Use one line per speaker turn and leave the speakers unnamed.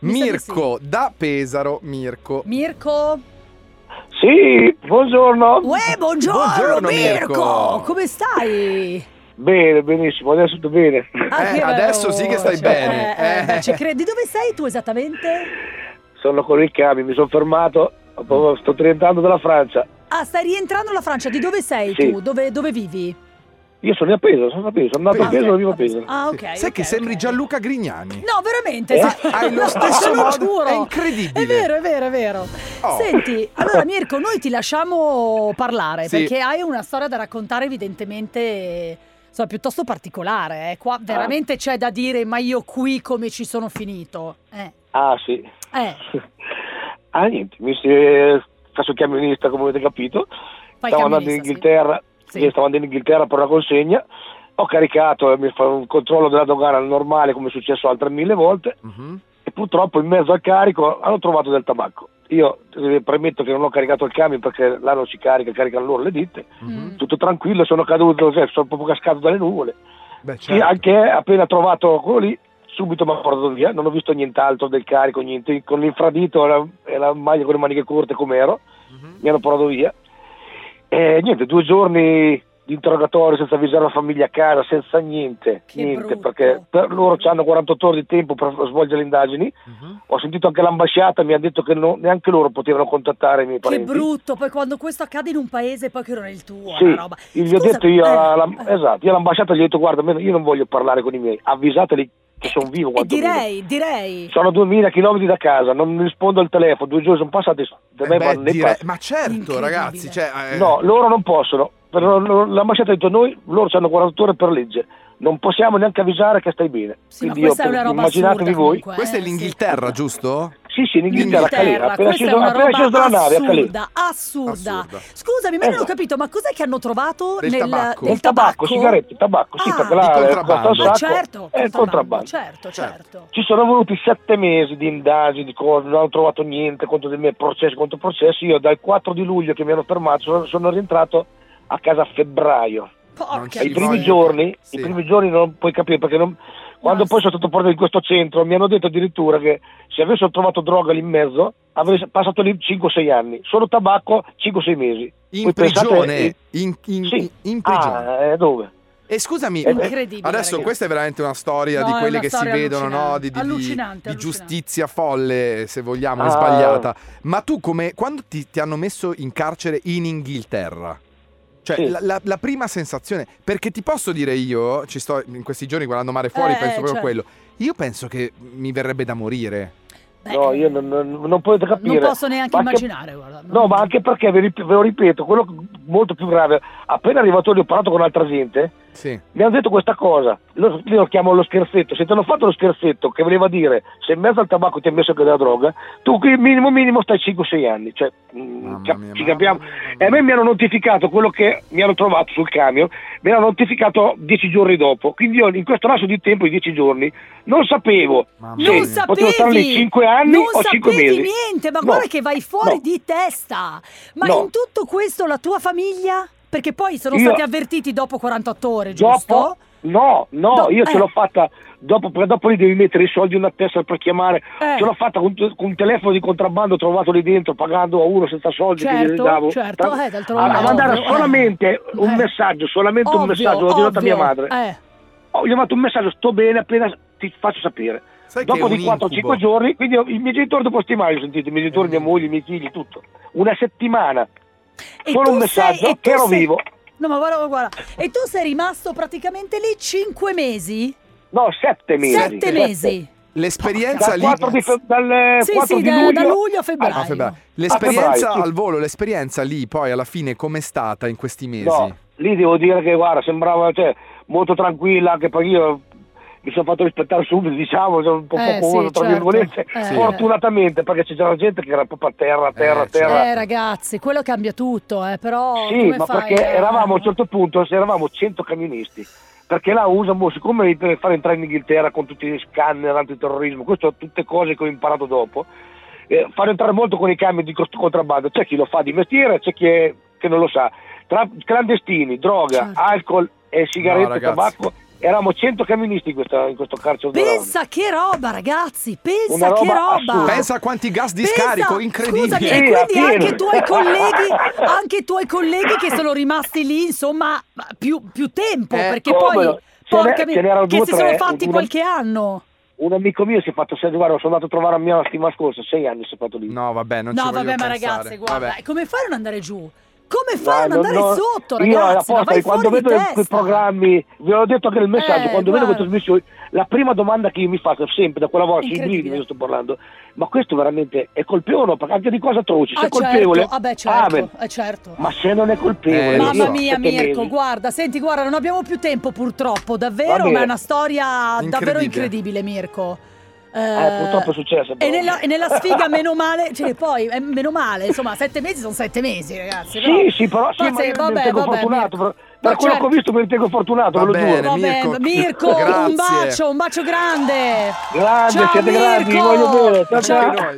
Mi sa di
Mirko da Pesaro, Mirko.
Mirko?
Sì, buongiorno.
Uè, buongiorno,
Eh, Buongiorno,
Mirko.
Mirko.
Come stai?
Bene, benissimo, adesso tutto bene.
Ah,
Eh,
che
adesso
bello.
sì che stai
Cioè,
bene.
eh, eh,
Eh.
beh, ci credi. Dove sei tu esattamente?
Sono con i cavi, mi sono fermato, proprio sto rientrando dalla Francia.
Ah, stai rientrando alla Francia. Di dove sei
Sì.
tu? Dove, dove vivi?
Io sono a Pesaro, sono a Pesaro, sono andato
Ah,
a Pesaro,
ok,
vivo a
vabbè.
Pesaro.
Ah, ok.
Sì. Sai
ok,
che sembri
ok.
Gianluca Grignani.
No, veramente.
Eh?
sì.
Hai lo
No,
stesso
te lo
modo,
giuro.
è incredibile.
È vero, è vero, è vero.
Oh.
Senti, allora Mirko, noi ti lasciamo parlare
Sì.
perché hai una storia da raccontare evidentemente insomma, piuttosto particolare. eh. Qua veramente c'è da dire, ma io qui come ci sono finito. Eh,
Ah, sì.
eh,
Ah, niente, mi si... eh, faccio il camionista, come avete capito.
fai
stavo andando in
camionista, sì.
Inghilterra,
Sì.
io stavo andando in Inghilterra per una consegna, ho caricato e mi fa un controllo della dogana normale come è successo altre mille volte
Mhm.
e purtroppo in mezzo al carico hanno trovato del tabacco. Io eh, premetto che non ho caricato il camion perché là non si carica, caricano loro le ditte,
mhm.
Mm.
tutto tranquillo, sono caduto, cioè, sono proprio cascato dalle nuvole.
Beh,
Sì,
certo.
anche appena trovato quello lì, subito mi ha portato via, non ho visto nient'altro del carico, niente, con l'infradito e la, e la maglia con le maniche corte come ero,
Mhm.
mi hanno portato via. E niente, due giorni di interrogatorio senza avvisare la famiglia a casa, senza niente,
Che
niente,
brutto.
perché per loro hanno 48 ore di tempo per svolgere le indagini.
Mhm.
Ho sentito anche l'ambasciata, mi ha detto che non- neanche loro potevano contattare i miei
Che
parenti.
brutto, poi quando questo accade in un paese poi che non è il tuo,
Sì,
la roba.
Gli ho
Scusa,
detto io,
eh,
alla-
eh.
esatto, io all'ambasciata gli ho detto guarda, io non voglio parlare con i miei, avvisateli che sono vivo.
E
quantomeno."
Eh, direi, direi.
Sono a 2000 km da casa, non rispondo al telefono, due giorni sono passati, da me
Eh beh,
vanno nei
dire-
pazzi.
Ma certo,
Incredibile.
ragazzi. Cioè, eh,
No, loro non possono, però lo- l'ambasciata ha detto noi, loro hanno 48 ore per legge, non possiamo neanche avvisare che stai bene.
Sì, ma
Quindi io
questa è una
per-
roba
immaginatevi
assurda
voi.
comunque,
Questa è
eh, sì.
l'Inghilterra, giusto?
Sì, sì, in Inghilterra, a Calais,
L'Inghilterra,
appena
questa è
sceso,
una
appena
roba
sceso dalla nave a Calais.
assurda, assurda.
Assurda.
Scusami, ma io non ho
Esatto.
capito, ma cos'è che hanno trovato
Del
nel
tabacco.
nel
Del tabacco, sigarette, tabacco, sì,
Ah,
perché
di
là eh,
contrabbando.
costa un
Ah,
sacco.
certo,
è il contrabbando.
Certo, certo.
Ci sono voluti sette mesi di indagini, di cose, non hanno trovato niente contro di me, processo contro processo. Io dal 4 di luglio che mi hanno fermato sono, sono rientrato a casa a febbraio.
Sì,
Porca
E I primi
voglio-
miseria.
giorni,
sì.
i primi giorni non puoi capire perché non- quando
No,
poi
sì.
sono stato portato in questo centro mi hanno detto addirittura che se avessero trovato droga lì in mezzo avrei passato lì 5-6 anni, solo tabacco 5-6 mesi.
In
Voi pensate-
prigione. In, in-
Sì.
in prigione.
Ah, eh, dove?
E scusami,
Eh,
Incredibile.
Adesso
ragazzi.
questa è veramente una storia
No,
di
è
quelle
una
che si
storia
vedono, no?
allucinante.
Di, di- di-
Allucinante,
di
allucinante.
giustizia folle, se vogliamo, e
Ah.
sbagliata. Ma tu come quando ti, ti hanno messo in carcere in Inghilterra? Cioè,
Sì.
la, la- la prima sensazione, perché ti posso dire io, ci sto in questi giorni guardando mare fuori,
Eh,
penso
eh,
proprio a
cioè.
quello. Io penso che mi verrete da morire.
Beh, eh,
no, io non, non, non potete capire.
Non posso neanche
Ma anche-
immaginare, guarda.
No, ma anche perché, ve, rip- ve lo ripeto, quello molto più grave, appena arrivato lì ho parlato con altra gente,
Sì.
mi hanno detto questa cosa, lo, io lo chiamo lo scherzetto, se ti hanno fatto lo scherzetto che voleva dire se in mezzo al tabacco ti hai messo anche della droga, tu qui minimo minimo stai 5-6 anni, cioè mh,
Mamma
cap-
mia,
ci
mamma
capiamo.
mia, mamma
E a me
mia.
mi hanno notificato quello che mi hanno trovato sul camion, mi hanno notificato 10 giorni dopo, quindi io in questo lasso di tempo, di 10 giorni, non sapevo
Mamma
se
Non
mia.
sapevi,
potevo stare lì 5 anni
non
o 5
sapevi
mesi.
niente, ma
No,
guarda che vai fuori
no.
di testa. Ma
No.
in tutto questo la tua famiglia? Perché poi sono
Io-
stati avvertiti dopo 48 ore, giusto?
Dopo? No, no,
Do-
io ce
eh.
l'ho fatta dopo, perché dopo lì devi mettere i soldi in una testa per chiamare.
Eh.
Ce l'ho fatta con, con un telefono di contrabbando trovato lì dentro, pagando a uno senza soldi che gli
Certo,
davo.
certo,
Tra-
eh, d'altronde.
a, a
ovvio,
mandare
eh.
solamente un
Eh.
messaggio, solamente
Ovvio,
un messaggio, l'ho detto a mia
ovvio,
madre.
eh.
Ho chiamato un messaggio, sto bene, appena ti faccio sapere.
Sai che
dopo
è un
di 4-5
incubo.
giorni, quindi io- i miei genitori dopo settimane, sentite, i miei genitori, mia moglie, i miei figli, tutto. Una settimana,
E
solo
tu
un
sei-
messaggio,
e tu
che ero
sei-
vivo.
No, ma guarda, guarda. E tu sei rimasto praticamente lì 5 mesi?
No, sette mesi.
7 mesi.
L'esperienza
Dal
lì.
4 di, fe- dal eh,
Sì,
4
sì,
di
da-
luglio,
da luglio a febbraio.
Ah, febbraio.
A
L'esperienza
febbraio, sì.
al volo, l'esperienza lì, poi alla fine, com'è stata in questi mesi?
No, lì devo dire che guarda, sembrava cioè, molto tranquilla, anche perché io mi sono fatto rispettare subito, diciamo, sono un po'
Eh,
poposo,
sì,
tra
certo.
virgolette,
Sì.
fortunatamente, perché c'era gente che era proprio a terra, a terra, a
Eh, certo.
terra.
Eh, ragazzi, quello cambia tutto, eh, però
sì,
come
ma
fai eh?
perché
a-
eravamo a un certo punto, se eravamo 100 camionisti, perché là usano, boh, siccome per fare entrare in Inghilterra con tutti gli scanner, antiterrorismo, queste sono tutte cose che ho imparato dopo, eh, fare entrare molto con i camion di cost- contrabbando, c'è chi lo fa di mestiere, c'è chi, è- che non lo sa, tra clandestini, droga,
Certo.
alcol e sigarette,
No, ragazzi.
tabacco, Eravamo 100 camionisti in, questa- in questo carcere di Verona.
Pensa che roba, ragazzi! Pensa
Una
che
roba
roba!
assurda.
Pensa a quanti gas di scarico,
Pensa-
incredibile.
Scusami,
Sì,
e
a
quindi
pieno.
anche i tuoi colleghi, anche i tuoi colleghi che sono rimasti lì, insomma, più, più tempo,
Eh,
perché
come
poi
no? Ce n'è-
porca mi-
ce n'erano
che
due,
si
tre,
sono fatti
una-
qualche anno.
Un amico mio si è fatto sei guarda, sono andato a trovare a Milano la settimana scorsa, sei anni sono stato lì.
No, vabbè, non ci
no,
voglio
vabbè, ma
pensare.
ragazzi, guarda,
Vabbè.
e come fai a non andare giù? Come fai a non
Guarda,
andare
no,
sotto,
Io la
ragazzi? Ma vai
quando
fuori di
vedo
testa.
quei programmi, vi ho detto anche nel messaggio,
Eh,
quando vedo
guarda.
queste trasmissioni, la prima domanda che io mi faccio sempre da quella volta, i
Incredibile.
brividi, io sto parlando, ma questo veramente è colpevole o no? Perché anche di cosa atroci, se
Ah,
è colpevole,
certo, vabbè, certo,
amen.
eh, certo.
ma se non è colpevole,
Eh, lo
Mamma
so.
mia,
sette
Mirko,
mesi.
guarda, senti, guarda, non abbiamo più tempo purtroppo,
Va
davvero,
bene.
ma è una storia davvero
Incredibile.
incredibile, Mirko.
Eh, purtroppo è successo,
E
però.
nella, e nella sfiga, meno male, cioè, poi, eh, meno male, insomma, sette mesi sono sette mesi, ragazzi. però-
Sì, sì, però sì, ma
Forse-
io mi
vabbè,
ritengo
vabbè,
fortunato,
Mirko.
per, per
No,
quello
certo.
che ho visto mi ritengo fortunato,
Va
ve lo
bene,
giuro.
Vabbè,
Mirko.
Mirko,
Grazie.
un bacio, un bacio grande.
Grande,
Ciao,
siete grandi, vi
Mirko.
voglio bene. Ciao,
Anche
Ciao.
ciao.
noi.